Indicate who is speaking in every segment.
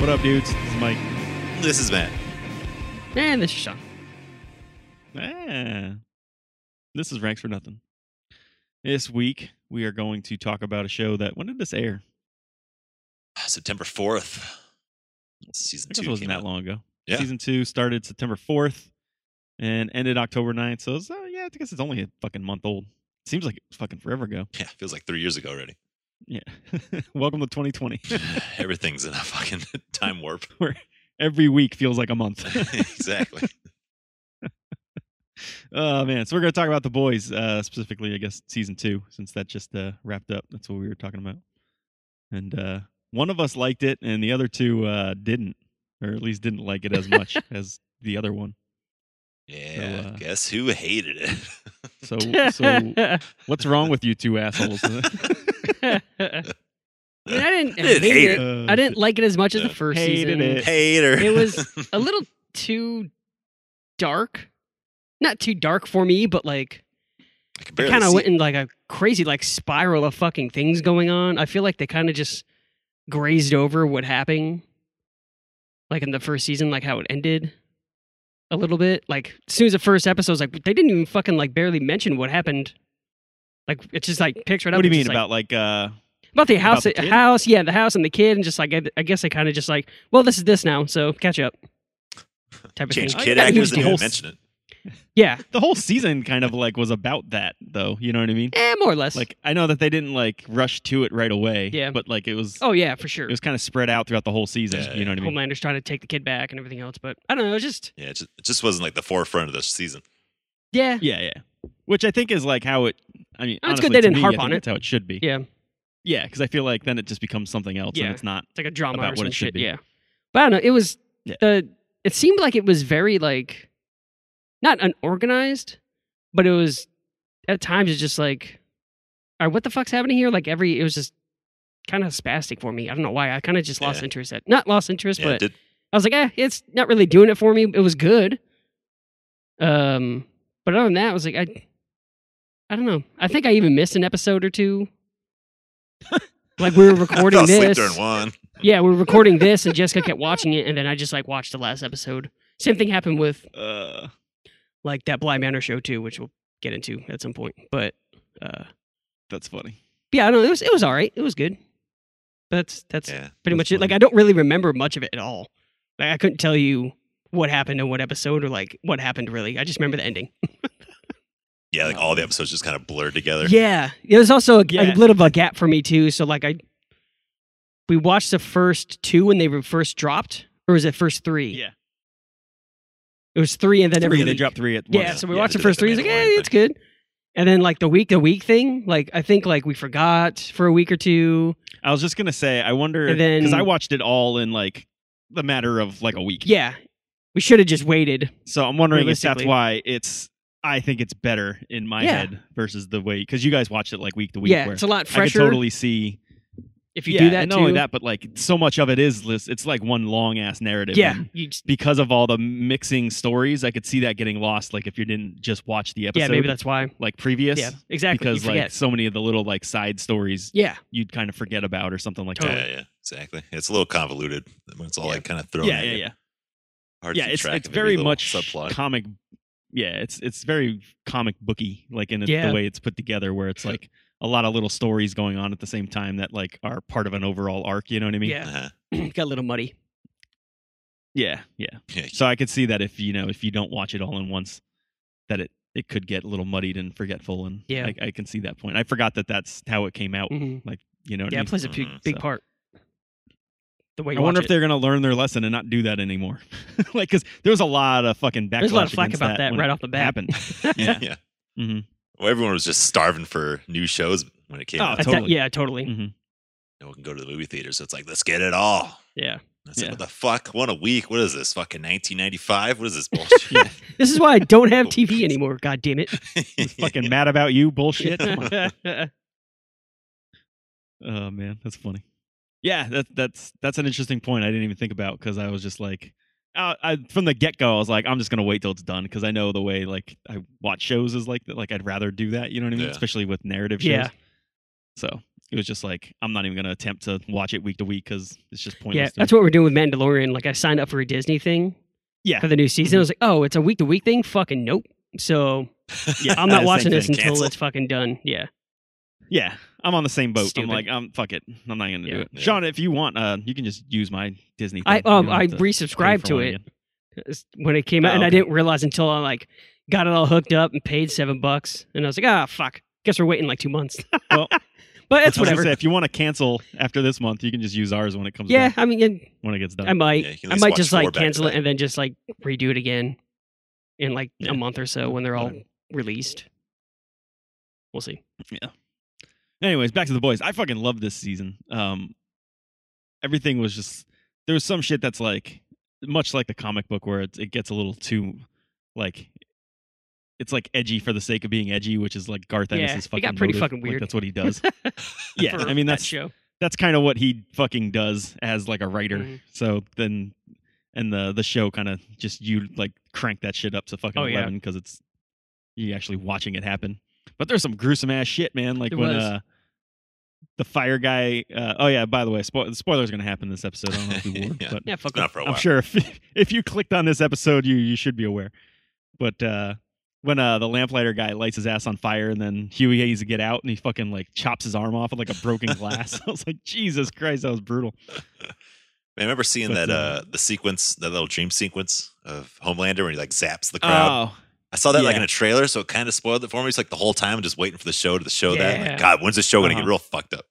Speaker 1: What up, dudes? This is Mike.
Speaker 2: This is Matt.
Speaker 3: And this is Sean.
Speaker 1: Ah, this is Ranks for Nothing. This week, we are going to talk about a show that, when did this air?
Speaker 2: Ah, September 4th. Season
Speaker 1: I
Speaker 2: 2.
Speaker 1: guess it wasn't
Speaker 2: came
Speaker 1: that
Speaker 2: out.
Speaker 1: long ago.
Speaker 2: Yeah.
Speaker 1: Season 2 started September 4th and ended October 9th. So, it's, uh, yeah, I guess it's only a fucking month old. Seems like it was fucking forever ago.
Speaker 2: Yeah, feels like three years ago already.
Speaker 1: Yeah. Welcome to 2020.
Speaker 2: Everything's in a fucking time warp.
Speaker 1: Every week feels like a month.
Speaker 2: exactly.
Speaker 1: Oh man, so we're going to talk about the boys uh, specifically, I guess season two, since that just uh, wrapped up. That's what we were talking about. And uh, one of us liked it, and the other two uh, didn't, or at least didn't like it as much as the other one.
Speaker 2: Yeah.
Speaker 1: uh,
Speaker 2: guess who hated it?
Speaker 1: So, so what's wrong with you two assholes?
Speaker 3: I mean, I didn't
Speaker 2: Didn't
Speaker 3: hate,
Speaker 2: hate
Speaker 3: it.
Speaker 1: Uh,
Speaker 3: I didn't like it as much as the
Speaker 2: Yeah.
Speaker 3: first
Speaker 1: Hated
Speaker 3: season.
Speaker 1: it.
Speaker 2: Hater.
Speaker 3: It was a little too dark. Not too dark for me, but like
Speaker 2: I could
Speaker 3: it
Speaker 2: barely
Speaker 3: kind of
Speaker 2: see
Speaker 3: went in like a crazy like spiral of fucking things going on. I feel like they kind of just grazed over what happened like in the first season like how it ended a little bit. Like as soon as the first episode was like they didn't even fucking like barely mention what happened. Like it's just like picture it up.
Speaker 1: what do you
Speaker 3: it's
Speaker 1: mean
Speaker 3: just, like,
Speaker 1: about like? uh,
Speaker 3: about the
Speaker 1: About
Speaker 3: house,
Speaker 1: the kid?
Speaker 3: house, yeah, the house and the kid, and just like I, I guess they kind of just like, well, this is this now, so catch up. Type of
Speaker 2: Change
Speaker 3: thing.
Speaker 1: I
Speaker 2: kid
Speaker 1: gotta
Speaker 2: actors
Speaker 1: use
Speaker 2: didn't
Speaker 1: the
Speaker 2: even
Speaker 1: whole
Speaker 2: mention it.
Speaker 3: Yeah,
Speaker 1: The whole season kind of like was about that, though. You know what I mean?
Speaker 3: eh, more or less.
Speaker 1: Like, I know that they didn't like rush to it right away.
Speaker 3: Yeah.
Speaker 1: But like, it was
Speaker 3: oh yeah, for sure.
Speaker 1: it was kind of spread out throughout the whole season.
Speaker 2: Yeah,
Speaker 1: you know what I mean?
Speaker 3: Homelander's trying to take the kid back and everything else, but I don't know. It was just
Speaker 2: Yeah, it just, it just wasn't like the forefront of the season.
Speaker 3: yeah,
Speaker 1: Yeah, yeah. Which I think is like how it. I mean,
Speaker 3: Oh, it's
Speaker 1: honestly,
Speaker 3: good they
Speaker 1: to
Speaker 3: didn't
Speaker 1: me,
Speaker 3: harp
Speaker 1: I think
Speaker 3: on it.
Speaker 1: That's how it should be.
Speaker 3: Yeah.
Speaker 1: yeah. Because I feel like then it just becomes something else,
Speaker 3: Yeah.
Speaker 1: and it's not.
Speaker 3: it's like a drama
Speaker 1: About
Speaker 3: or
Speaker 1: what
Speaker 3: some
Speaker 1: it should
Speaker 3: shit.
Speaker 1: be.
Speaker 3: Yeah, but I don't know. It was
Speaker 1: Yeah.
Speaker 3: uh, it seemed like it was very like not unorganized, but it was at times it's just like, all right, what the fuck's happening here? Like every it was just kind of spastic for me. I don't know why. I kind of just lost
Speaker 2: Yeah.
Speaker 3: interest. At not lost interest,
Speaker 2: Yeah,
Speaker 3: but
Speaker 2: it did.
Speaker 3: I was like, eh, it's not really doing it for me. It was good. Um, but other than that, I was like, I, I don't know. I think I even missed an episode or two. like we were recording
Speaker 2: I fell asleep
Speaker 3: this.
Speaker 2: during one.
Speaker 3: Yeah, we were recording this, and Jessica kept watching it, and then I just like watched the last episode. Same thing happened with
Speaker 1: Uh,
Speaker 3: like that Blind Manor show too, which we'll get into at some point. But uh,
Speaker 1: that's funny.
Speaker 3: yeah, I don't know. It was it was all right. It was good. But that's that's
Speaker 2: Yeah.
Speaker 1: That's
Speaker 3: pretty much it. Like
Speaker 1: funny.
Speaker 3: I don't really remember much of it at all. Like I couldn't tell you what happened in what episode or like what happened really. I just remember the ending.
Speaker 2: Yeah,
Speaker 1: Oh,
Speaker 2: like all the episodes just kind of blurred together.
Speaker 3: Yeah, there was also a,
Speaker 1: Yeah.
Speaker 3: a little bit of a gap for me too. So like I, we watched the first two when they were first dropped, or was it first three?
Speaker 1: Yeah.
Speaker 3: it was three, and then every
Speaker 1: three, they
Speaker 3: week.
Speaker 1: dropped three at once.
Speaker 3: Yeah, so we
Speaker 2: Yeah,
Speaker 3: watched
Speaker 2: they
Speaker 3: the
Speaker 2: did like the
Speaker 3: first three. It's like,
Speaker 2: Mandalorian
Speaker 3: eh, it's good. And then like the week to week thing, like I think like we forgot for a week or two.
Speaker 1: I was just gonna say, I wonder
Speaker 3: And then-
Speaker 1: because I watched it all in like the matter of like a week.
Speaker 3: Yeah, we should have just waited.
Speaker 1: So I'm wondering if that's
Speaker 3: Realistically.
Speaker 1: why it's. I think it's better in my
Speaker 3: Yeah.
Speaker 1: head versus the way because you guys watched it like week to week.
Speaker 3: yeah,
Speaker 1: where
Speaker 3: it's a lot
Speaker 1: I could
Speaker 3: fresher
Speaker 1: totally see
Speaker 3: if you
Speaker 1: yeah,
Speaker 3: do that
Speaker 1: and
Speaker 3: too.
Speaker 1: not only that, but like so much of it is this. It's like one long ass narrative.
Speaker 3: yeah,
Speaker 1: and
Speaker 3: you just,
Speaker 1: because of all the mixing stories, I could see that getting lost. Like if you didn't just watch the episode,
Speaker 3: yeah, maybe that's why.
Speaker 1: like previous,
Speaker 3: Yeah, exactly. you
Speaker 1: because
Speaker 3: forget.
Speaker 1: like so many of the little like side stories
Speaker 3: yeah,
Speaker 1: you'd kind of forget about or something like
Speaker 2: Yeah,
Speaker 3: Totally.
Speaker 1: that.
Speaker 2: yeah, exactly. It's a little convoluted. when It's all
Speaker 3: Yeah.
Speaker 2: like kind of thrown.
Speaker 1: Yeah,
Speaker 2: at
Speaker 1: yeah,
Speaker 2: you.
Speaker 1: yeah,
Speaker 2: Hard to
Speaker 1: yeah.
Speaker 2: keep
Speaker 1: It's
Speaker 2: track
Speaker 1: it's
Speaker 2: of every
Speaker 1: very
Speaker 2: little
Speaker 1: much
Speaker 2: subplot.
Speaker 1: comic. Yeah, it's it's very comic booky, like in it-
Speaker 3: Yeah.
Speaker 1: the way it's put together, where it's like a lot of little stories going on at the same time that like are part of an overall arc. You know what I mean?
Speaker 3: yeah,
Speaker 2: uh-huh.
Speaker 3: got a little muddy.
Speaker 1: yeah, yeah.
Speaker 2: yeah,
Speaker 1: So I could see that if you know if you don't watch it all in once, that it it could get a little muddied and forgetful. And
Speaker 3: Yeah.
Speaker 1: I, I can see that point. I forgot that that's how it came out.
Speaker 3: Mhm.
Speaker 1: You know, what
Speaker 3: Yeah,
Speaker 1: I,
Speaker 3: it
Speaker 1: mean?
Speaker 3: plays a big,
Speaker 2: Mhm.
Speaker 3: big
Speaker 1: Mm, So-
Speaker 3: part. The way you
Speaker 1: I wonder
Speaker 3: watch
Speaker 1: if
Speaker 3: it.
Speaker 1: they're gonna learn their lesson and not do that anymore. like, because there was a lot of fucking backlash.
Speaker 3: there's a lot of flack
Speaker 1: against
Speaker 3: about that,
Speaker 1: when
Speaker 3: right
Speaker 1: it
Speaker 3: off the bat.
Speaker 1: Happened.
Speaker 2: yeah,
Speaker 1: Yeah.
Speaker 2: yeah.
Speaker 1: Mhm.
Speaker 2: Well, everyone was just starving for new shows when it came
Speaker 1: Oh,
Speaker 2: out.
Speaker 3: At that-
Speaker 1: totally.
Speaker 3: yeah, totally.
Speaker 1: Mhm.
Speaker 2: No one can go to the movie theater, so it's like let's get it all.
Speaker 3: Yeah,
Speaker 2: And It's
Speaker 1: Yeah.
Speaker 2: like what the fuck? One a week? What is this? Fucking 1995? What is this bullshit?
Speaker 1: Yeah.
Speaker 3: this is why I don't have TV anymore. God damn it!
Speaker 1: This fucking mad about you bullshit. Come on.
Speaker 3: yeah,
Speaker 1: Oh man, that's funny. Yeah, that, that's that's an interesting point. I didn't even think about because I was just like, I, I, from the get go, I was like, I'm just gonna wait till it's done because I know the way like I watch shows is like that. Like I'd rather do that. You know what I mean?
Speaker 2: Yeah.
Speaker 1: Especially with narrative shows. So it was just like I'm not even gonna attempt to watch it week to week because it's just pointless.
Speaker 3: Yeah,
Speaker 1: to me.
Speaker 3: that's what we're doing with Mandalorian. Like I signed up for a Disney thing
Speaker 1: Yeah. Mm-hmm.
Speaker 3: for the new season. I was like, oh, it's a week to week thing. Fucking nope. So
Speaker 1: Yeah,
Speaker 3: I'm not
Speaker 1: same
Speaker 3: watching
Speaker 1: thing.
Speaker 3: this until
Speaker 2: Cancel.
Speaker 3: it's fucking done. Yeah.
Speaker 1: Yeah, I'm on the same boat.
Speaker 3: Stupid.
Speaker 1: I'm like, I'm fuck it. I'm not gonna do
Speaker 3: Yeah.
Speaker 1: it.
Speaker 2: Yeah.
Speaker 1: Sean, if you want, uh, you can just use my Disney.
Speaker 3: I
Speaker 1: thing. You
Speaker 3: um
Speaker 1: don't have
Speaker 3: I
Speaker 1: to pay
Speaker 3: resubscribed
Speaker 1: for
Speaker 3: to
Speaker 1: one
Speaker 3: it
Speaker 1: again.
Speaker 3: when it came out,
Speaker 2: Oh,
Speaker 3: and I
Speaker 2: okay.
Speaker 3: didn't realize until I like got it all hooked up and paid seven bucks, and I was like, ah, fuck. Guess we're waiting like two months.
Speaker 1: Well,
Speaker 3: but it's
Speaker 1: I was gonna
Speaker 3: whatever.
Speaker 1: say, if you want to cancel after this month, you can just use ours when it comes.
Speaker 3: yeah,
Speaker 1: back-
Speaker 3: I mean, and
Speaker 1: when it gets done.
Speaker 3: I might,
Speaker 2: Yeah, you can at
Speaker 3: I
Speaker 2: least
Speaker 3: might
Speaker 2: watch
Speaker 3: just like
Speaker 2: four back to
Speaker 3: cancel it
Speaker 2: back.
Speaker 3: and then just like redo it again in like
Speaker 1: Yeah.
Speaker 3: a month or so when they're all
Speaker 1: Whatever.
Speaker 3: released. We'll see.
Speaker 1: Anyways, back to the boys. I fucking love this season. Um, everything was just there was some shit that's like much like the comic book where it, it gets a little too like it's like edgy for the sake of being edgy, which is like Garth
Speaker 3: Yeah,
Speaker 1: Ennis's
Speaker 3: it
Speaker 1: fucking.
Speaker 3: got pretty
Speaker 1: motive.
Speaker 3: fucking
Speaker 1: Like,
Speaker 3: weird.
Speaker 1: that's what he does. yeah,
Speaker 3: for
Speaker 1: I mean
Speaker 3: that
Speaker 1: that's
Speaker 3: show.
Speaker 1: that's kind of what he fucking does as like a writer.
Speaker 3: Mhm.
Speaker 1: So then, and the the show kind of just you like crank that shit up to fucking
Speaker 3: Oh, yeah.
Speaker 1: eleven because it's you actually watching it happen. But there's some gruesome ass shit, man. Like
Speaker 3: There
Speaker 1: when
Speaker 3: was.
Speaker 1: uh the fire guy. Uh, oh yeah, by the way, spo- spoilers gonna happen this episode. I don't know if we warned,
Speaker 2: Yeah.
Speaker 1: but
Speaker 3: Yeah, fuck
Speaker 2: Not
Speaker 3: off.
Speaker 2: for a while.
Speaker 1: I'm sure if if you clicked on this episode, you you should be aware. But uh, when uh, the lamplighter guy lights his ass on fire, and then Huey needs to get out, and he fucking like chops his arm off with like a broken glass. I was like, Jesus Christ, that was brutal.
Speaker 2: I remember seeing
Speaker 1: But,
Speaker 2: that
Speaker 1: uh,
Speaker 2: uh, the sequence, that little dream sequence of Homelander when he like zaps the crowd. I saw that like
Speaker 1: Oh, yeah.
Speaker 2: in a trailer, so it kind of spoiled it for me. It's like the whole time I'm just waiting for the show to show that.
Speaker 3: Yeah.
Speaker 2: Like, God, when's the show gonna
Speaker 1: Uh-huh.
Speaker 2: get real fucked up?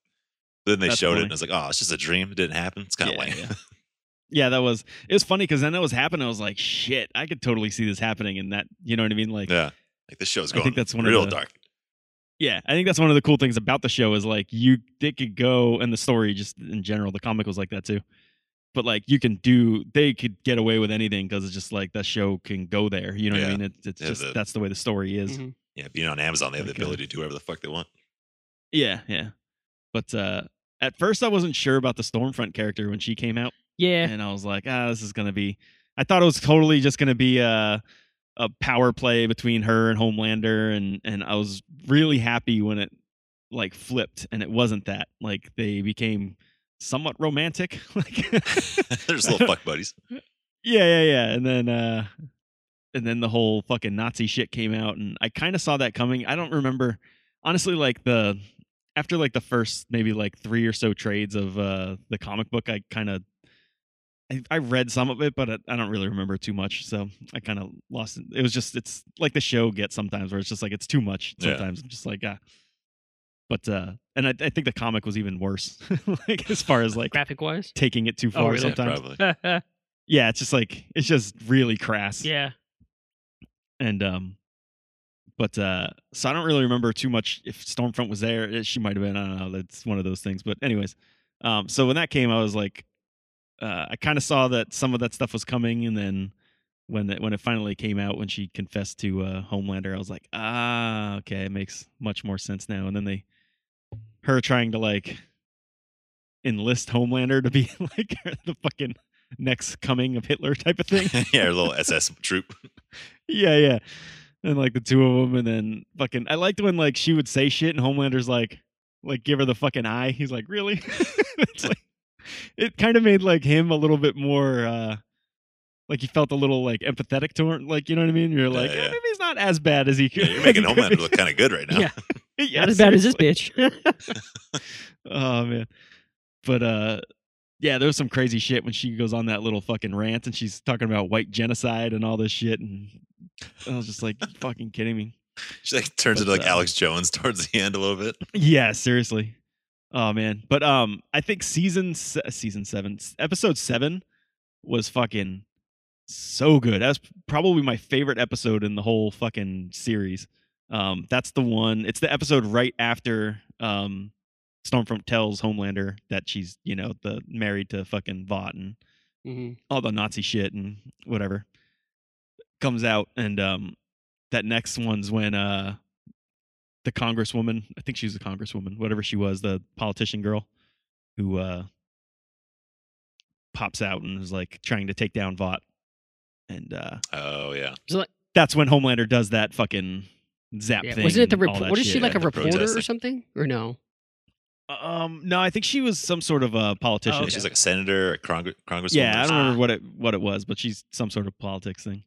Speaker 2: Then they
Speaker 1: That's
Speaker 2: showed
Speaker 1: funny.
Speaker 2: it, and I was like, oh, it's just a dream. It didn't happen. It's kind of
Speaker 1: Yeah,
Speaker 2: lame.
Speaker 1: yeah. yeah, that was. It was funny because then that was happening. I was like, shit, I could totally see this happening, and that you know what I mean. Like,
Speaker 2: Yeah. Like this show's
Speaker 1: I think
Speaker 2: going
Speaker 1: that's one of
Speaker 2: real
Speaker 1: the-
Speaker 2: dark.
Speaker 1: Yeah, I think that's one of the cool things about the show is like you they could go and the story just in general, the comic was like that too. But like you can do they could get away with anything because it's just like that show can go there. You know what I
Speaker 2: Yeah.
Speaker 1: mean? It's it's
Speaker 2: Yeah,
Speaker 1: just
Speaker 2: the- Mm-hmm.
Speaker 1: that's the way the story is.
Speaker 3: Mhm.
Speaker 2: Yeah, being on Amazon, they have the
Speaker 1: Like, uh,
Speaker 2: ability to do whatever the fuck they want.
Speaker 1: Yeah, yeah. But uh at first I wasn't sure about the Stormfront character when she came out.
Speaker 3: Yeah,
Speaker 1: and I was like, ah, this is gonna be. I thought it was totally just gonna be a a power play between her and Homelander, and and I was really happy when it like flipped, and it wasn't that. Like they became somewhat romantic. Like,
Speaker 2: They're just little fuck buddies.
Speaker 1: yeah, yeah, yeah. And then uh, and then the whole fucking Nazi shit came out, and I kind of saw that coming. I don't remember honestly, like the after like the first maybe like three or so trades of uh the comic book, I kind of I, I read some of it, but I, I don't really remember too much, so I kind of lost it. It was just it's like the show gets sometimes where it's just like it's too much.
Speaker 2: Yeah.
Speaker 1: Sometimes I'm just like ah. But uh, and I, I think the comic was even worse, like as far as like
Speaker 3: graphic wise.
Speaker 1: taking it too
Speaker 3: Oh,
Speaker 1: far
Speaker 3: really?
Speaker 2: Yeah,
Speaker 1: sometimes.
Speaker 2: probably.
Speaker 1: Yeah, it's just like it's just really crass.
Speaker 3: yeah,
Speaker 1: And um but uh so I don't really remember too much if Stormfront was there. It- She might have been, I don't know, that's one of those things. But anyways, um so when that came I was like uh I kind of saw that some of that stuff was coming and then when it, when it finally came out when she confessed to uh Homelander, I was like, "Ah, okay, it makes much more sense now." And then they her trying to like enlist Homelander to be like the fucking next coming of Hitler type of thing.
Speaker 2: yeah, a little SS troop.
Speaker 1: Yeah, yeah. And like the two of them, and then fucking. I liked when like she would say shit, and Homelander's like, like give her the fucking eye. He's like, really? it's like, it kind of made like him a little bit more, uh like he felt a little like empathetic to her. Like you know what I mean? You're like,
Speaker 2: yeah.
Speaker 1: "Oh, maybe he's not as bad as he could.
Speaker 2: Yeah, you're making
Speaker 1: he could
Speaker 2: Homelander look kind of good right now.
Speaker 3: Yeah.
Speaker 1: be." Yeah,
Speaker 3: not as bad as this
Speaker 1: seriously.
Speaker 3: bitch.
Speaker 1: Oh man. But uh yeah, there was some crazy shit when she goes on that little fucking rant and she's talking about white genocide and all this shit and I was just like, "You fucking kidding me.
Speaker 2: She like turns
Speaker 1: But,
Speaker 2: into like
Speaker 1: uh,
Speaker 2: Alex Jones towards the end a little bit.
Speaker 1: Yeah, seriously. Oh man, but um, I think season se- season seven, s- episode seven, was fucking so good. That's probably my favorite episode in the whole fucking series. Um, that's the one. It's the episode right after um, Stormfront tells Homelander that she's you know the married to fucking Vought and
Speaker 3: Mhm.
Speaker 1: all the Nazi shit and whatever comes out, and um, that next one's when uh, the congresswoman, I think she was a congresswoman, whatever she was, the politician girl, who uh, pops out and is like trying to take down Vought, and uh,
Speaker 2: Oh yeah.
Speaker 1: that's when Homelander does that fucking zap
Speaker 3: Yeah,
Speaker 1: thing.
Speaker 3: Wasn't it the
Speaker 1: and all
Speaker 3: report?
Speaker 1: that
Speaker 3: What is she
Speaker 1: shit.
Speaker 3: like a
Speaker 2: and the
Speaker 3: reporter or
Speaker 2: protesting.
Speaker 3: something? Or no?
Speaker 1: Um, no, I think she was some sort of a politician.
Speaker 3: Oh, okay.
Speaker 2: She's like a senator, a congr- congresswoman.
Speaker 1: yeah, I
Speaker 2: or
Speaker 1: don't
Speaker 2: something.
Speaker 1: remember what it what it was, but she's some sort of politics thing.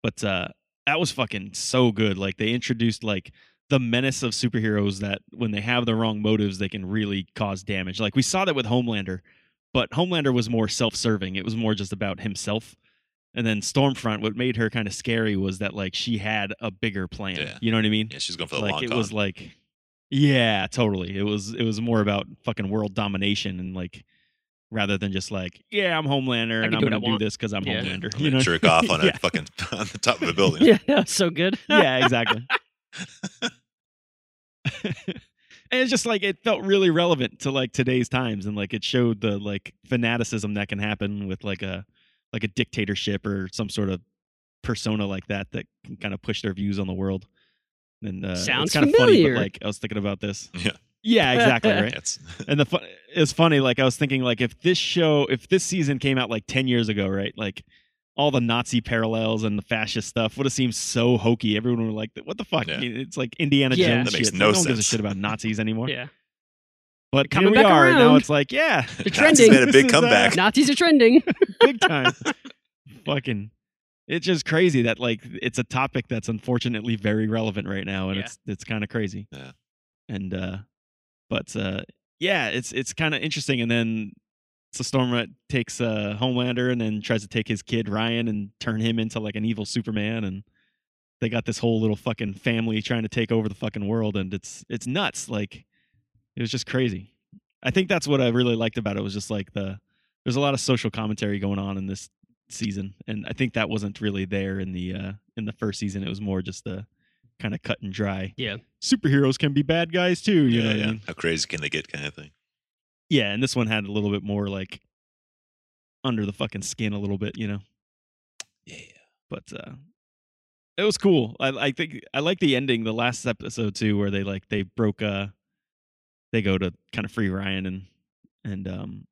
Speaker 1: But uh, that was fucking so good. Like they introduced like the menace of superheroes that when they have the wrong motives, they can really cause damage. Like we saw that with Homelander, but Homelander was more self-serving. It was more just about himself. And then Stormfront, what made her kind of scary was that like she had a bigger plan.
Speaker 2: Yeah.
Speaker 1: You know what I mean?
Speaker 2: Yeah, she's going for the
Speaker 1: like
Speaker 2: long
Speaker 1: it
Speaker 2: con.
Speaker 1: was like yeah totally it was it was more about fucking world domination and like rather than just like yeah i'm homelander
Speaker 3: I
Speaker 1: and
Speaker 3: can
Speaker 1: i'm
Speaker 3: do what
Speaker 1: gonna
Speaker 3: I
Speaker 1: do
Speaker 3: want.
Speaker 1: this because i'm
Speaker 3: Yeah.
Speaker 1: homelander
Speaker 2: I'm
Speaker 1: you know
Speaker 2: gonna jerk off on a
Speaker 1: Yeah.
Speaker 2: fucking on the top of a building.
Speaker 3: Yeah, that was so good.
Speaker 1: yeah exactly and it's just like it felt really relevant to like today's times and like it showed the like fanaticism that can happen with like a like a dictatorship or some sort of persona like that that can kind of push their views on the world and uh,
Speaker 3: Sounds
Speaker 1: it's kind of funny
Speaker 3: familiar.
Speaker 1: but like i was thinking about this
Speaker 2: Yeah.
Speaker 1: yeah exactly right
Speaker 2: That's-
Speaker 1: and the fun, it's funny. Like I was thinking, like if this show, if this season came out like ten years ago, right? Like all the Nazi parallels and the fascist stuff would have seemed so hokey. Everyone would like, "What the fuck?"
Speaker 2: Yeah.
Speaker 1: It's like Indiana
Speaker 3: Yeah.
Speaker 1: Jones
Speaker 2: That makes
Speaker 1: shit.
Speaker 2: no
Speaker 1: no one gives a
Speaker 2: sense.
Speaker 1: shit about Nazis anymore.
Speaker 3: Yeah.
Speaker 1: But
Speaker 3: coming
Speaker 1: here we
Speaker 3: back
Speaker 1: are now.
Speaker 3: around.
Speaker 1: It's like, yeah,
Speaker 3: They're
Speaker 2: Nazis
Speaker 3: trending.
Speaker 2: made a
Speaker 1: This is,
Speaker 2: big
Speaker 1: uh,
Speaker 2: comeback.
Speaker 3: Nazis are trending.
Speaker 1: big time. Fucking. It's just crazy that like it's a topic that's unfortunately very relevant right now, and
Speaker 3: Yeah.
Speaker 1: it's it's kind of crazy.
Speaker 2: Yeah.
Speaker 1: And uh, but uh, yeah, it's it's kind of interesting. And then so Stormrat takes uh Homelander and then tries to take his kid Ryan and turn him into like an evil Superman, and they got this whole little fucking family trying to take over the fucking world, and it's it's nuts. Like it was just crazy. I think that's what I really liked about it was just like the there's a lot of social commentary going on in this season and i think that wasn't really there in the uh in the first season it was more just the kind of cut and dry
Speaker 3: Yeah.
Speaker 1: superheroes can be bad guys too you
Speaker 2: yeah,
Speaker 1: know what I
Speaker 2: yeah.
Speaker 1: mean?
Speaker 2: How crazy can they get, kind of thing.
Speaker 1: yeah and this one had a little bit more like under the fucking skin a little bit you know
Speaker 2: Yeah.
Speaker 1: but uh it was cool i i think i like the ending the last episode too where they like they broke uh they go to kind of free ryan and and um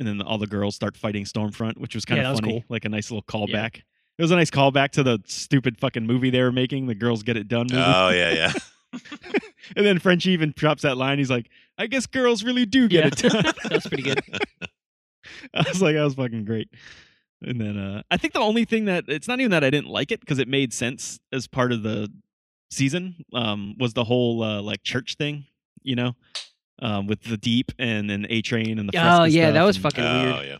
Speaker 1: and then all the girls start fighting stormfront which was kind
Speaker 3: Yeah, that
Speaker 1: of
Speaker 3: was
Speaker 1: funny
Speaker 3: cool.
Speaker 1: like a nice little
Speaker 3: Yeah.
Speaker 1: callback it was a nice callback to the stupid fucking movie they were making the girls get it done movie.
Speaker 2: Oh yeah, yeah.
Speaker 1: and then frenchie even drops that line he's like i guess girls really do get
Speaker 3: Yeah.
Speaker 1: it done
Speaker 3: That's pretty good.
Speaker 1: I was like, that was fucking great. And then uh, I think the only thing that it's not even that I didn't like it because it made sense as part of the season um, was the whole uh, like church thing, you know, um, with the deep and then A Train and the
Speaker 3: Oh
Speaker 1: Fresca
Speaker 3: yeah, that
Speaker 1: stuff
Speaker 3: was
Speaker 1: and-
Speaker 3: fucking
Speaker 2: oh
Speaker 3: weird.
Speaker 2: yeah.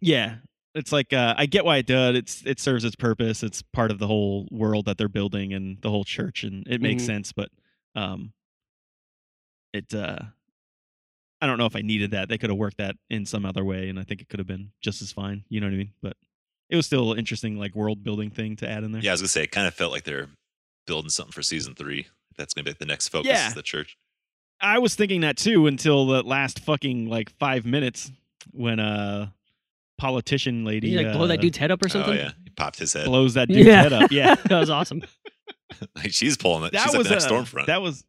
Speaker 1: yeah. It's like uh, I get why it did. It's it serves its purpose. It's part of the whole world that they're building and the whole church, and it makes
Speaker 3: Mhm.
Speaker 1: sense. But um, it uh, I don't know if I needed that. They could have worked that in some other way, and I think it could have been just as fine. You know what I mean? But it was still an interesting like world building thing to add in there.
Speaker 2: Yeah, I was gonna say it kind of felt like they're building something for season three. That's gonna be like the next focus
Speaker 1: Yeah.
Speaker 2: is the church.
Speaker 1: I was thinking that too until the last fucking like five minutes when uh politician lady
Speaker 3: Did you like blow that
Speaker 1: uh,
Speaker 3: dude's head up or something?
Speaker 2: Oh yeah, he popped his head.
Speaker 1: blows that dude's
Speaker 3: Yeah.
Speaker 1: head up. Yeah.
Speaker 3: that was awesome.
Speaker 2: Like, she's pulling it.
Speaker 1: that
Speaker 2: she's
Speaker 1: was
Speaker 2: like the next
Speaker 1: a,
Speaker 2: Stormfront.
Speaker 1: That was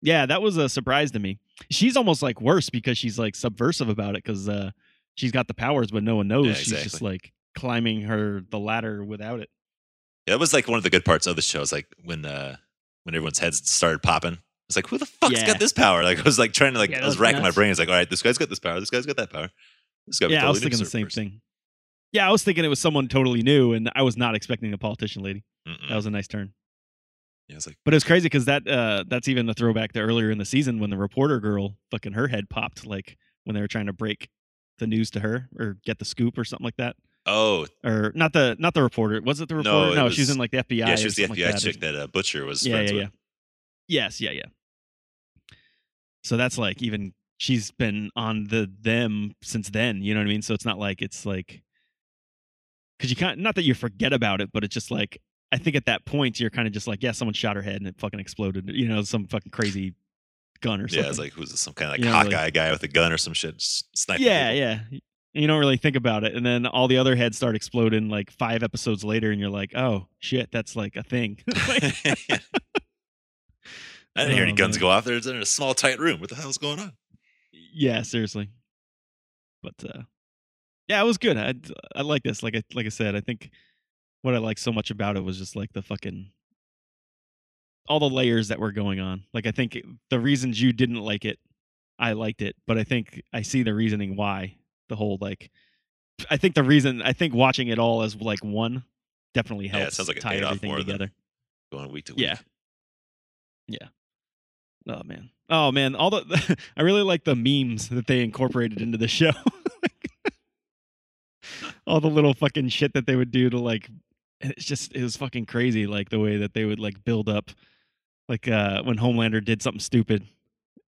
Speaker 1: yeah, that was a surprise to me. She's almost like worse because she's like subversive about it because uh, she's got the powers, but no one knows.
Speaker 2: Yeah,
Speaker 1: She's just
Speaker 2: exactly.
Speaker 1: like climbing her the ladder without it.
Speaker 2: Yeah, that was like one of the good parts of the show. Is like when uh when everyone's heads started popping. It's like who the fuck's
Speaker 1: Yeah.
Speaker 2: got this power? Like I was like trying to like
Speaker 3: Yeah, that
Speaker 2: I was
Speaker 3: was
Speaker 2: racking my
Speaker 3: nuts.
Speaker 2: brain. It's like all right, this guy's got this power. This guy's got that power. This guy
Speaker 1: yeah, I was
Speaker 2: totally new
Speaker 1: thinking the same
Speaker 2: person.
Speaker 1: thing. Yeah, I was thinking it was someone totally new, and I was not expecting a politician lady.
Speaker 2: Mm-mm.
Speaker 1: That was a nice turn.
Speaker 2: Yeah, it's like
Speaker 1: But it's crazy because that uh, that's even a throwback to earlier in the season when the reporter girl fucking her head popped like when they were trying to break the news to her or get the scoop or something like that.
Speaker 2: oh
Speaker 1: or not the not the reporter. Was it the
Speaker 2: No,
Speaker 1: reporter?
Speaker 2: it
Speaker 1: No,
Speaker 2: was-
Speaker 1: she was in like the FBI.
Speaker 2: yeah, she was
Speaker 1: or
Speaker 2: the
Speaker 1: something
Speaker 2: FBI
Speaker 1: like that.
Speaker 2: chick that uh, Butcher was
Speaker 1: Yeah,
Speaker 2: friends
Speaker 1: yeah, yeah.
Speaker 2: with.
Speaker 1: Yes, yeah, yeah. So that's like even she's been on the them since then. You know what I mean? So it's not like it's like because you can't. Not that you forget about it, but it's just like I think at that point you're kind of just like, yeah, someone shot her head and it fucking exploded. You know, some fucking crazy gun or something.
Speaker 2: Yeah, it's like who's this, some kind of like
Speaker 1: Yeah, like-
Speaker 2: Hawkeye guy with a gun or some shit, s- sniping.
Speaker 1: yeah,
Speaker 2: people.
Speaker 1: yeah. And you don't really think about it, and then all the other heads start exploding like five episodes later, and you're like, "Oh shit, that's like a thing." Like,
Speaker 2: I didn't hear any
Speaker 1: Oh,
Speaker 2: guns
Speaker 1: man.
Speaker 2: go off. They're in a small, tight room. What the hell's going on?
Speaker 1: yeah, seriously. But uh, yeah, it was good. I I like this. Like I like I said, I think what I liked so much about it was just like the fucking all the layers that were going on. Like I think the reasons you didn't like it, I liked it, but I think I see the reasoning why the whole like. I think the reason I think watching it all as like one definitely
Speaker 2: Yeah, it
Speaker 1: helps.
Speaker 2: sounds like it
Speaker 1: tie
Speaker 2: paid off
Speaker 1: everything
Speaker 2: more than-
Speaker 1: together.
Speaker 2: going week to week.
Speaker 1: Yeah. Oh man. Oh man. All the I really like the memes that they incorporated into the show. all the little fucking shit that they would do to like and it's just it was fucking crazy like the way that they would like build up like uh when Homelander did something stupid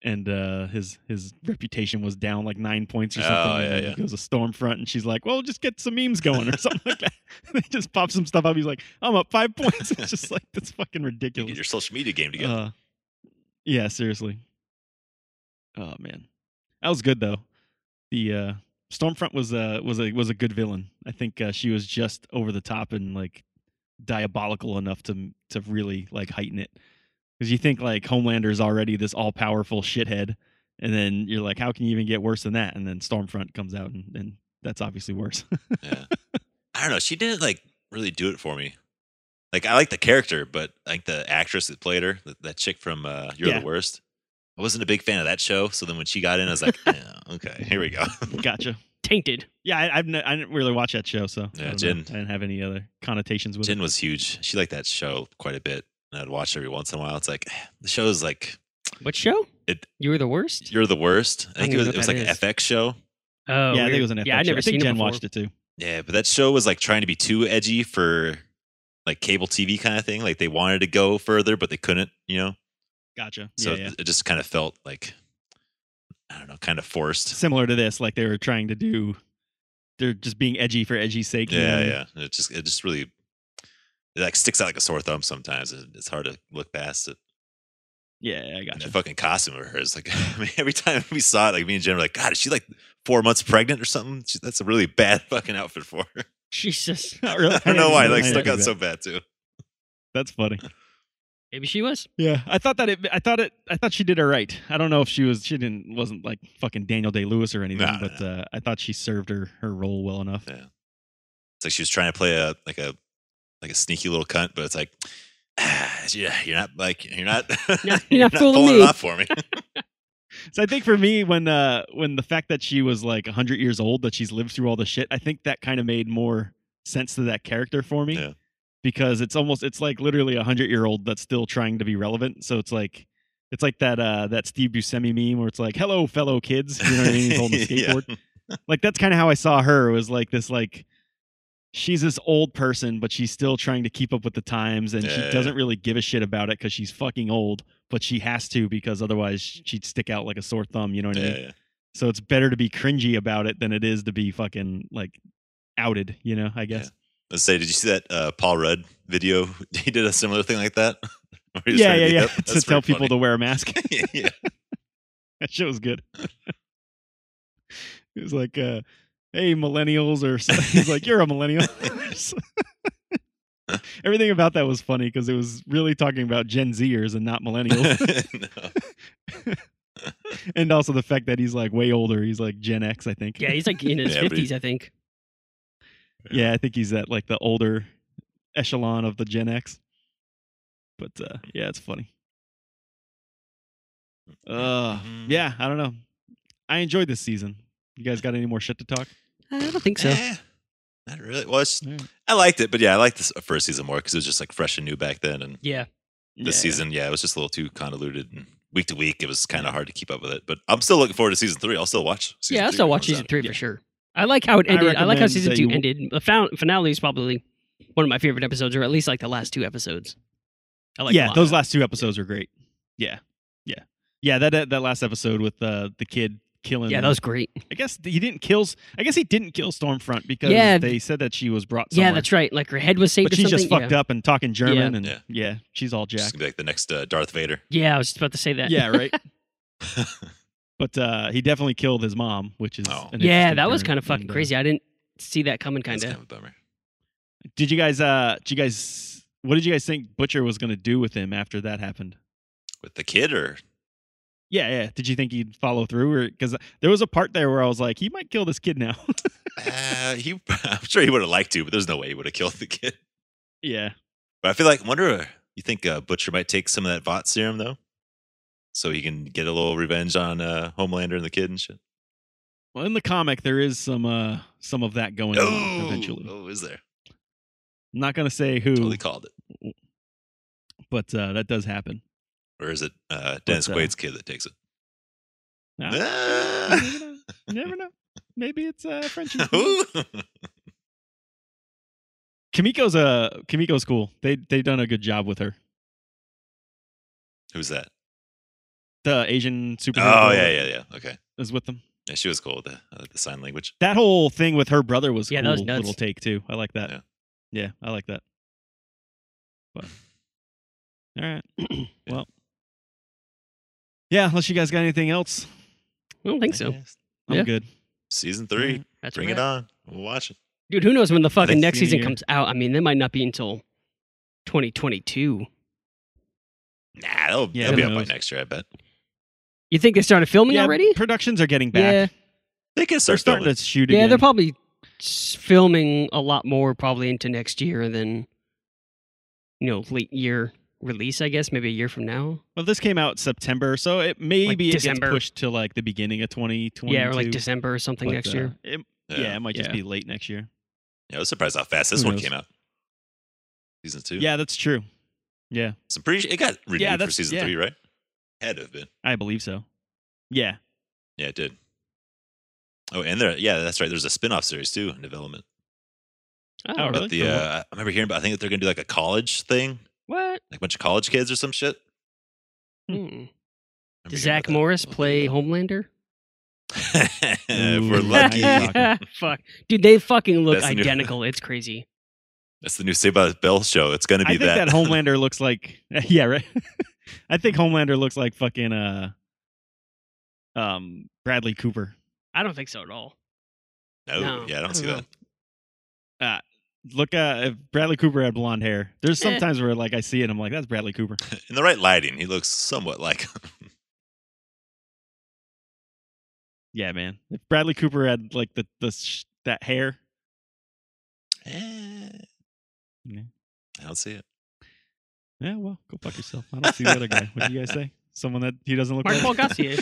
Speaker 1: and uh his his reputation was down like 9 points or something
Speaker 2: Oh,
Speaker 1: and
Speaker 2: yeah,
Speaker 1: then
Speaker 2: yeah.
Speaker 1: he goes a stormfront and she's like, "Well, just get some memes going or something like that." they just pop some stuff up. He's like, "I'm up 5 points." It's just like that's fucking
Speaker 2: You
Speaker 1: ridiculous.
Speaker 2: get your social media game together.
Speaker 1: Uh, yeah, seriously. Oh man, that was good though. The uh, Stormfront was a was a was a good villain. I think uh, she was just over the top and like diabolical enough to to really like heighten it. Because you think like Homelander is already this all powerful shithead, and then you're like, how can you even get worse than that? And then Stormfront comes out, and, and that's obviously worse.
Speaker 2: yeah. I don't know. She didn't like really do it for me. Like I like the character, but like the actress that played her, that, that chick from uh, You're
Speaker 1: Yeah.
Speaker 2: the Worst. I wasn't a big fan of that show. So then when she got in, I was like, "Yeah, okay, here we go.
Speaker 1: gotcha.
Speaker 3: Tainted.
Speaker 1: Yeah, I, I've n- I didn't really watch that show, so I,
Speaker 2: Yeah,
Speaker 1: don't know.
Speaker 2: Jin.
Speaker 1: I didn't have any other connotations with it.
Speaker 2: Jen was huge. She liked that show quite a bit. And I'd watch every once in a while. It's like the show's like
Speaker 3: What show?
Speaker 2: It-
Speaker 3: you were the worst.
Speaker 2: You're the Worst. I
Speaker 3: I
Speaker 2: think
Speaker 3: don't
Speaker 2: it was
Speaker 3: even
Speaker 2: it was
Speaker 3: know
Speaker 2: like
Speaker 3: what
Speaker 2: an
Speaker 3: that
Speaker 2: FX show.
Speaker 3: Oh,
Speaker 1: yeah, I
Speaker 3: weird.
Speaker 1: think it was an FX.
Speaker 3: Yeah, I've
Speaker 1: show.
Speaker 3: never
Speaker 1: I think
Speaker 3: seen
Speaker 1: Jen
Speaker 3: it before.
Speaker 1: watched it too.
Speaker 2: Yeah, but that show was like trying to be too edgy for like cable TV kind of thing. Like they wanted to go further, but they couldn't. You know.
Speaker 1: Gotcha.
Speaker 2: So
Speaker 1: yeah, yeah.
Speaker 2: it just kind of felt like I don't know, kind of forced.
Speaker 1: Similar to this, like they were trying to do, they're just being edgy for edgy's sake. you know what I
Speaker 2: Yeah,
Speaker 1: mean?
Speaker 2: yeah. It just it just really it like sticks out like a sore thumb sometimes. and It's hard to look past it.
Speaker 1: yeah, yeah. I
Speaker 2: And
Speaker 1: gotcha.
Speaker 2: that fucking costume of hers, like I mean, every time we saw it, like me and Jen were like, God, is she like four months pregnant or something? She, that's a really bad fucking outfit for her.
Speaker 3: Jesus.
Speaker 1: Not really.
Speaker 2: I don't know why, like
Speaker 1: I
Speaker 2: stuck
Speaker 1: didn't
Speaker 2: out
Speaker 1: do
Speaker 2: so bad too.
Speaker 1: that. That's funny.
Speaker 3: Maybe she was.
Speaker 1: Yeah, I thought that it. I thought it. I thought she did all right. I don't know if she was. She didn't. Wasn't like fucking Daniel Day Lewis or anything.
Speaker 2: No, no,
Speaker 1: but Uh, I thought she served her her role well enough.
Speaker 2: Yeah. It's like she was trying to play a like a like a sneaky little cunt, but it's like, ah, yeah, you're not like you're not
Speaker 3: you're not fooling
Speaker 2: pulling
Speaker 3: me.
Speaker 2: it off for me.
Speaker 1: So I think for me, when uh when the fact that she was like 100 years old, that she's lived through all the shit, I think that kind of made more sense to that character for me.
Speaker 2: Yeah.
Speaker 1: Because it's almost it's like literally a 100 year old that's still trying to be relevant. So it's like it's like that uh that Steve Buscemi meme where it's like, "Hello, fellow kids," you know what I mean? He's holding a
Speaker 2: Yeah.
Speaker 1: skateboard. Like that's kind of how I saw her. Was like this like. She's this old person, but she's still trying to keep up with the times, and
Speaker 2: Yeah.
Speaker 1: she doesn't really give a shit about it because she's fucking old. But she has to because otherwise she'd stick out like a sore thumb. You know what I mean?
Speaker 2: Yeah, yeah.
Speaker 1: So it's better to be cringy about it than it is to be fucking like outed, you know, I guess.
Speaker 2: Let's say, did you see that uh, Paul Rudd video? He did a similar thing like that. Where he was
Speaker 1: Yeah,
Speaker 2: trying
Speaker 1: yeah,
Speaker 2: to
Speaker 1: yeah.
Speaker 2: be hip.
Speaker 1: to
Speaker 2: That's
Speaker 1: tell
Speaker 2: pretty
Speaker 1: people to wear a mask.
Speaker 2: funny. yeah,
Speaker 1: that shit was good. it was like, uh, hey, millennials, or so- he's like, you're a millennial. Everything about that was funny because it was really talking about Gen Zers and not millennials.
Speaker 2: No.
Speaker 1: and also the fact that he's like way older. He's like Gen X, I think.
Speaker 3: Yeah, he's like in his
Speaker 2: Yeah, but he-
Speaker 3: fifties, I think.
Speaker 1: Yeah, I think he's at like the older echelon of the Gen X. But uh, yeah, it's funny. Uh,
Speaker 2: Mhm.
Speaker 1: yeah, I don't know. I enjoyed this season. You guys got any more shit to talk?
Speaker 3: I don't think so.
Speaker 2: Eh, not really. Well, it's,
Speaker 1: All right.
Speaker 2: I liked it, but yeah, I liked this first season more because it was just like fresh and new back then. And
Speaker 3: Yeah.
Speaker 2: this
Speaker 1: Yeah.
Speaker 2: season, yeah, it was just a little too convoluted. And week to week, it was kind of hard to keep up with it. But I'm still looking forward to season three. I'll still watch. Season
Speaker 3: yeah, I'll
Speaker 2: three
Speaker 3: still
Speaker 2: when it
Speaker 3: watch
Speaker 2: comes
Speaker 3: season
Speaker 2: out.
Speaker 3: three for sure. I like how it
Speaker 1: I
Speaker 3: ended. I, like how
Speaker 1: recommend
Speaker 3: season
Speaker 1: that
Speaker 3: two
Speaker 1: you-
Speaker 3: ended. The fin- finale is probably one of my favorite episodes, or at least like the last two episodes. I like. it a
Speaker 1: yeah,
Speaker 3: lot.
Speaker 1: those last two episodes were great. Yeah, yeah, yeah. That that, that last episode with uh, the kid killing.
Speaker 3: Yeah, that was great.
Speaker 1: I guess he didn't kill. S- I guess he didn't kill Stormfront because
Speaker 3: Yeah.
Speaker 1: they said that she was brought.
Speaker 3: Yeah,
Speaker 1: Somewhere.
Speaker 3: that's right. Like her head was saved.
Speaker 1: But
Speaker 3: or
Speaker 1: she's
Speaker 3: something.
Speaker 1: just fucked
Speaker 3: yeah.
Speaker 1: up and talking German,
Speaker 3: Yeah.
Speaker 1: and
Speaker 2: Yeah.
Speaker 1: yeah, she's all
Speaker 2: Just
Speaker 1: jacked.
Speaker 2: gonna be like the next uh, Darth Vader.
Speaker 3: Yeah, I was just about to say that.
Speaker 1: Yeah, right. but uh, he definitely killed his mom, which is
Speaker 2: Oh.
Speaker 1: an
Speaker 3: Yeah,
Speaker 1: interesting
Speaker 3: that was
Speaker 1: turn.
Speaker 3: kind of fucking
Speaker 1: And, uh,
Speaker 3: crazy. I didn't see that coming.
Speaker 2: That's
Speaker 3: Kind of.
Speaker 2: kind of a bummer.
Speaker 1: Did you guys? Uh, did you guys? What did you guys think Butcher was going to do with him after that happened?
Speaker 2: With the kid or
Speaker 1: Yeah, yeah. Did you think he'd follow through, or because there was a part there where I was like, he might kill this kid now.
Speaker 2: Uh, he, I'm sure he would have liked to, but there's no way he would have killed the kid.
Speaker 1: yeah,
Speaker 2: But I feel like, wonder, You think uh, Butcher might take some of that Vought serum though, so he can get a little revenge on uh, Homelander and the kid and shit.
Speaker 1: Well, in the comic, there is some uh some of that going on eventually.
Speaker 2: oh, is there?
Speaker 1: I'm not gonna say who,
Speaker 2: Totally called it.
Speaker 1: but uh, that does happen.
Speaker 2: Or is it uh, Dennis
Speaker 1: But, uh,
Speaker 2: Quaid's kid that takes it?
Speaker 1: Nah.
Speaker 2: Ah!
Speaker 1: You never know. You never know. Maybe it's uh, Frenchie.
Speaker 2: Ooh.
Speaker 1: Kamiko's uh Kamiko's cool. They they've done a good job with her.
Speaker 2: Who's that?
Speaker 1: The Asian superhero
Speaker 2: Oh
Speaker 1: girl
Speaker 2: yeah, yeah, yeah. Okay,
Speaker 1: is with them.
Speaker 2: yeah, she was cool. with The, uh, the sign language.
Speaker 1: That whole thing with her brother was a
Speaker 3: Yeah,
Speaker 1: cool
Speaker 3: that was nuts.
Speaker 1: little take too. I like that.
Speaker 2: Yeah.
Speaker 1: Yeah, I like that. But all right. well. Yeah, unless you guys got anything else.
Speaker 3: I don't think so.
Speaker 1: I'm
Speaker 3: Yeah.
Speaker 1: good.
Speaker 2: Season three,
Speaker 1: Alright.
Speaker 3: That's
Speaker 2: bring it
Speaker 3: right.
Speaker 2: on. We'll watch it.
Speaker 3: dude. Who knows when the fucking
Speaker 2: think
Speaker 3: next
Speaker 1: senior
Speaker 3: season
Speaker 1: year.
Speaker 3: comes out? I mean, that might not be until 2022.
Speaker 2: Nah, that'll,
Speaker 1: Yeah,
Speaker 2: that'll be
Speaker 1: who
Speaker 2: out by
Speaker 1: knows?
Speaker 2: next year. I bet
Speaker 3: You think they started filming
Speaker 1: yeah,
Speaker 3: already?
Speaker 1: Productions are getting back.
Speaker 3: Yeah.
Speaker 2: they can
Speaker 1: They're
Speaker 2: start
Speaker 1: starting
Speaker 2: filming.
Speaker 1: to shoot
Speaker 3: Yeah,
Speaker 1: again.
Speaker 3: they're probably s- filming a lot more probably into next year than you know late year release. I guess maybe a year from now.
Speaker 1: well, this came out September, so it maybe
Speaker 3: Like
Speaker 1: it gets
Speaker 3: December.
Speaker 1: pushed to like the beginning of 2020.
Speaker 3: Yeah, or like December or something next year.
Speaker 1: uh, It,
Speaker 2: Yeah.
Speaker 1: yeah.
Speaker 2: yeah,
Speaker 1: it might just
Speaker 3: Yeah.
Speaker 1: be late next year.
Speaker 2: I was surprised how fast this
Speaker 1: Who
Speaker 2: one
Speaker 1: knows?
Speaker 2: came out. Season two.
Speaker 1: Yeah, that's true. Yeah,
Speaker 2: so pretty. It got renewed for
Speaker 1: that's-
Speaker 2: season
Speaker 1: yeah.
Speaker 2: three, right? Had to have been.
Speaker 1: I believe so. Yeah,
Speaker 2: Yeah, it did. Oh, and there, yeah, that's right. There's a spin-off series too in development.
Speaker 1: Oh,
Speaker 3: really?
Speaker 1: really?
Speaker 2: But the
Speaker 1: For what?
Speaker 2: uh, I remember hearing about. I think that they're gonna do like a college thing,
Speaker 3: What?
Speaker 2: like a bunch of college kids or some shit.
Speaker 1: Hmm.
Speaker 2: I
Speaker 3: Hmm.
Speaker 2: remember hearing
Speaker 3: Does Zach
Speaker 2: about that.
Speaker 3: Morris play Homelander?
Speaker 2: if we're
Speaker 1: Ooh.
Speaker 2: lucky,
Speaker 3: Fuck, dude, they fucking look
Speaker 2: That's the new-
Speaker 3: identical. It's crazy.
Speaker 2: that's the new Saved by the Bell show. It's gonna
Speaker 1: I
Speaker 2: be
Speaker 1: think that. Homelander looks like yeah, right. I think Homelander looks like fucking uh, um, Bradley Cooper.
Speaker 3: I don't think so at all.
Speaker 2: no,
Speaker 3: No,
Speaker 2: yeah, I don't see
Speaker 3: know.
Speaker 2: that.
Speaker 1: Look at if Bradley Cooper had blonde hair. There's
Speaker 3: Eh.
Speaker 1: sometimes where like I see it, I'm like, that's Bradley Cooper.
Speaker 2: In the right lighting, he looks somewhat like.
Speaker 1: Yeah, man. If Bradley Cooper had like the the sh- that hair,
Speaker 2: Eh,
Speaker 1: Yeah.
Speaker 2: I don't see it.
Speaker 1: yeah, well, go fuck yourself. I don't see the other guy. What do you guys say? Someone that he doesn't look
Speaker 3: Mark Paul
Speaker 1: like.
Speaker 3: Gossier.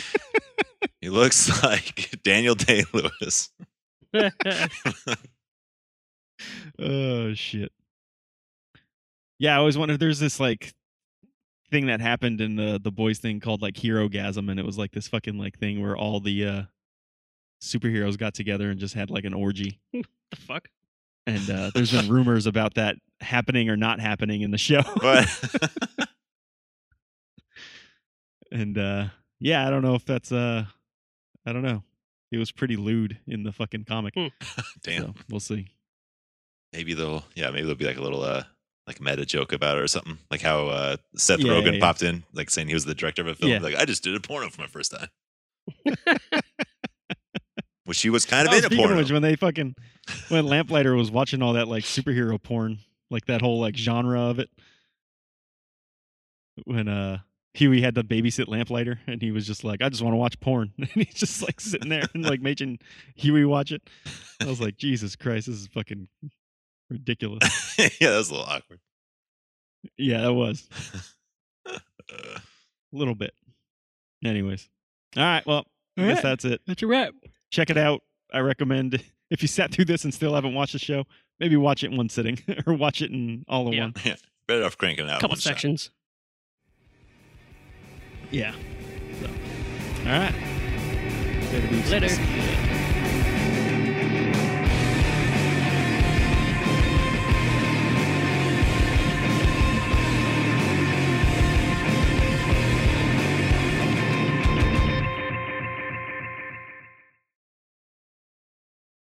Speaker 2: He looks like Daniel Day Lewis.
Speaker 1: Oh shit. Yeah, I always wonder. There's this like thing that happened in the the boys thing called like hero gasm, and it was like this fucking like thing where all the uh superheroes got together and just had like an orgy.
Speaker 3: the fuck?
Speaker 1: And uh there's been rumors about that happening or not happening in the show.
Speaker 2: But
Speaker 1: and uh yeah, I don't know if that's uh I don't know. It was pretty lewd in the fucking comic.
Speaker 3: Hmm.
Speaker 2: damn,
Speaker 1: So we'll see.
Speaker 2: maybe they'll yeah, maybe there'll be like a little uh like meta joke about it or something. Like how uh Seth
Speaker 1: Yeah,
Speaker 2: Rogen
Speaker 1: yeah.
Speaker 2: popped in, like saying he was the director of a film.
Speaker 1: Yeah.
Speaker 2: Like I just did a porno for my first time. Which he was kind of
Speaker 1: Oh,
Speaker 2: in a
Speaker 1: speaking
Speaker 2: porno.
Speaker 1: of which, when they fucking when Lamplighter was watching all that like superhero porn, like that whole like genre of it. When uh Huey had to babysit Lamplighter and he was just like, I just want to watch porn. And he's just like sitting there and like making Huey watch it. I was like, Jesus Christ, this is fucking ridiculous.
Speaker 2: yeah, that was a little awkward.
Speaker 1: yeah, that was.
Speaker 2: Uh,
Speaker 1: A little bit. Anyways. All right, well, I guess that's it.
Speaker 3: That's a wrap.
Speaker 1: check it out. I recommend if you sat through this and still haven't watched the show, maybe watch it in one sitting or watch it in all in
Speaker 3: Yeah.
Speaker 1: one.
Speaker 2: yeah, better off cranking out. in
Speaker 3: Couple
Speaker 2: one shot.
Speaker 3: sections.
Speaker 1: Yeah. So. All right. Later. dudes.
Speaker 3: Later.
Speaker 1: See ya.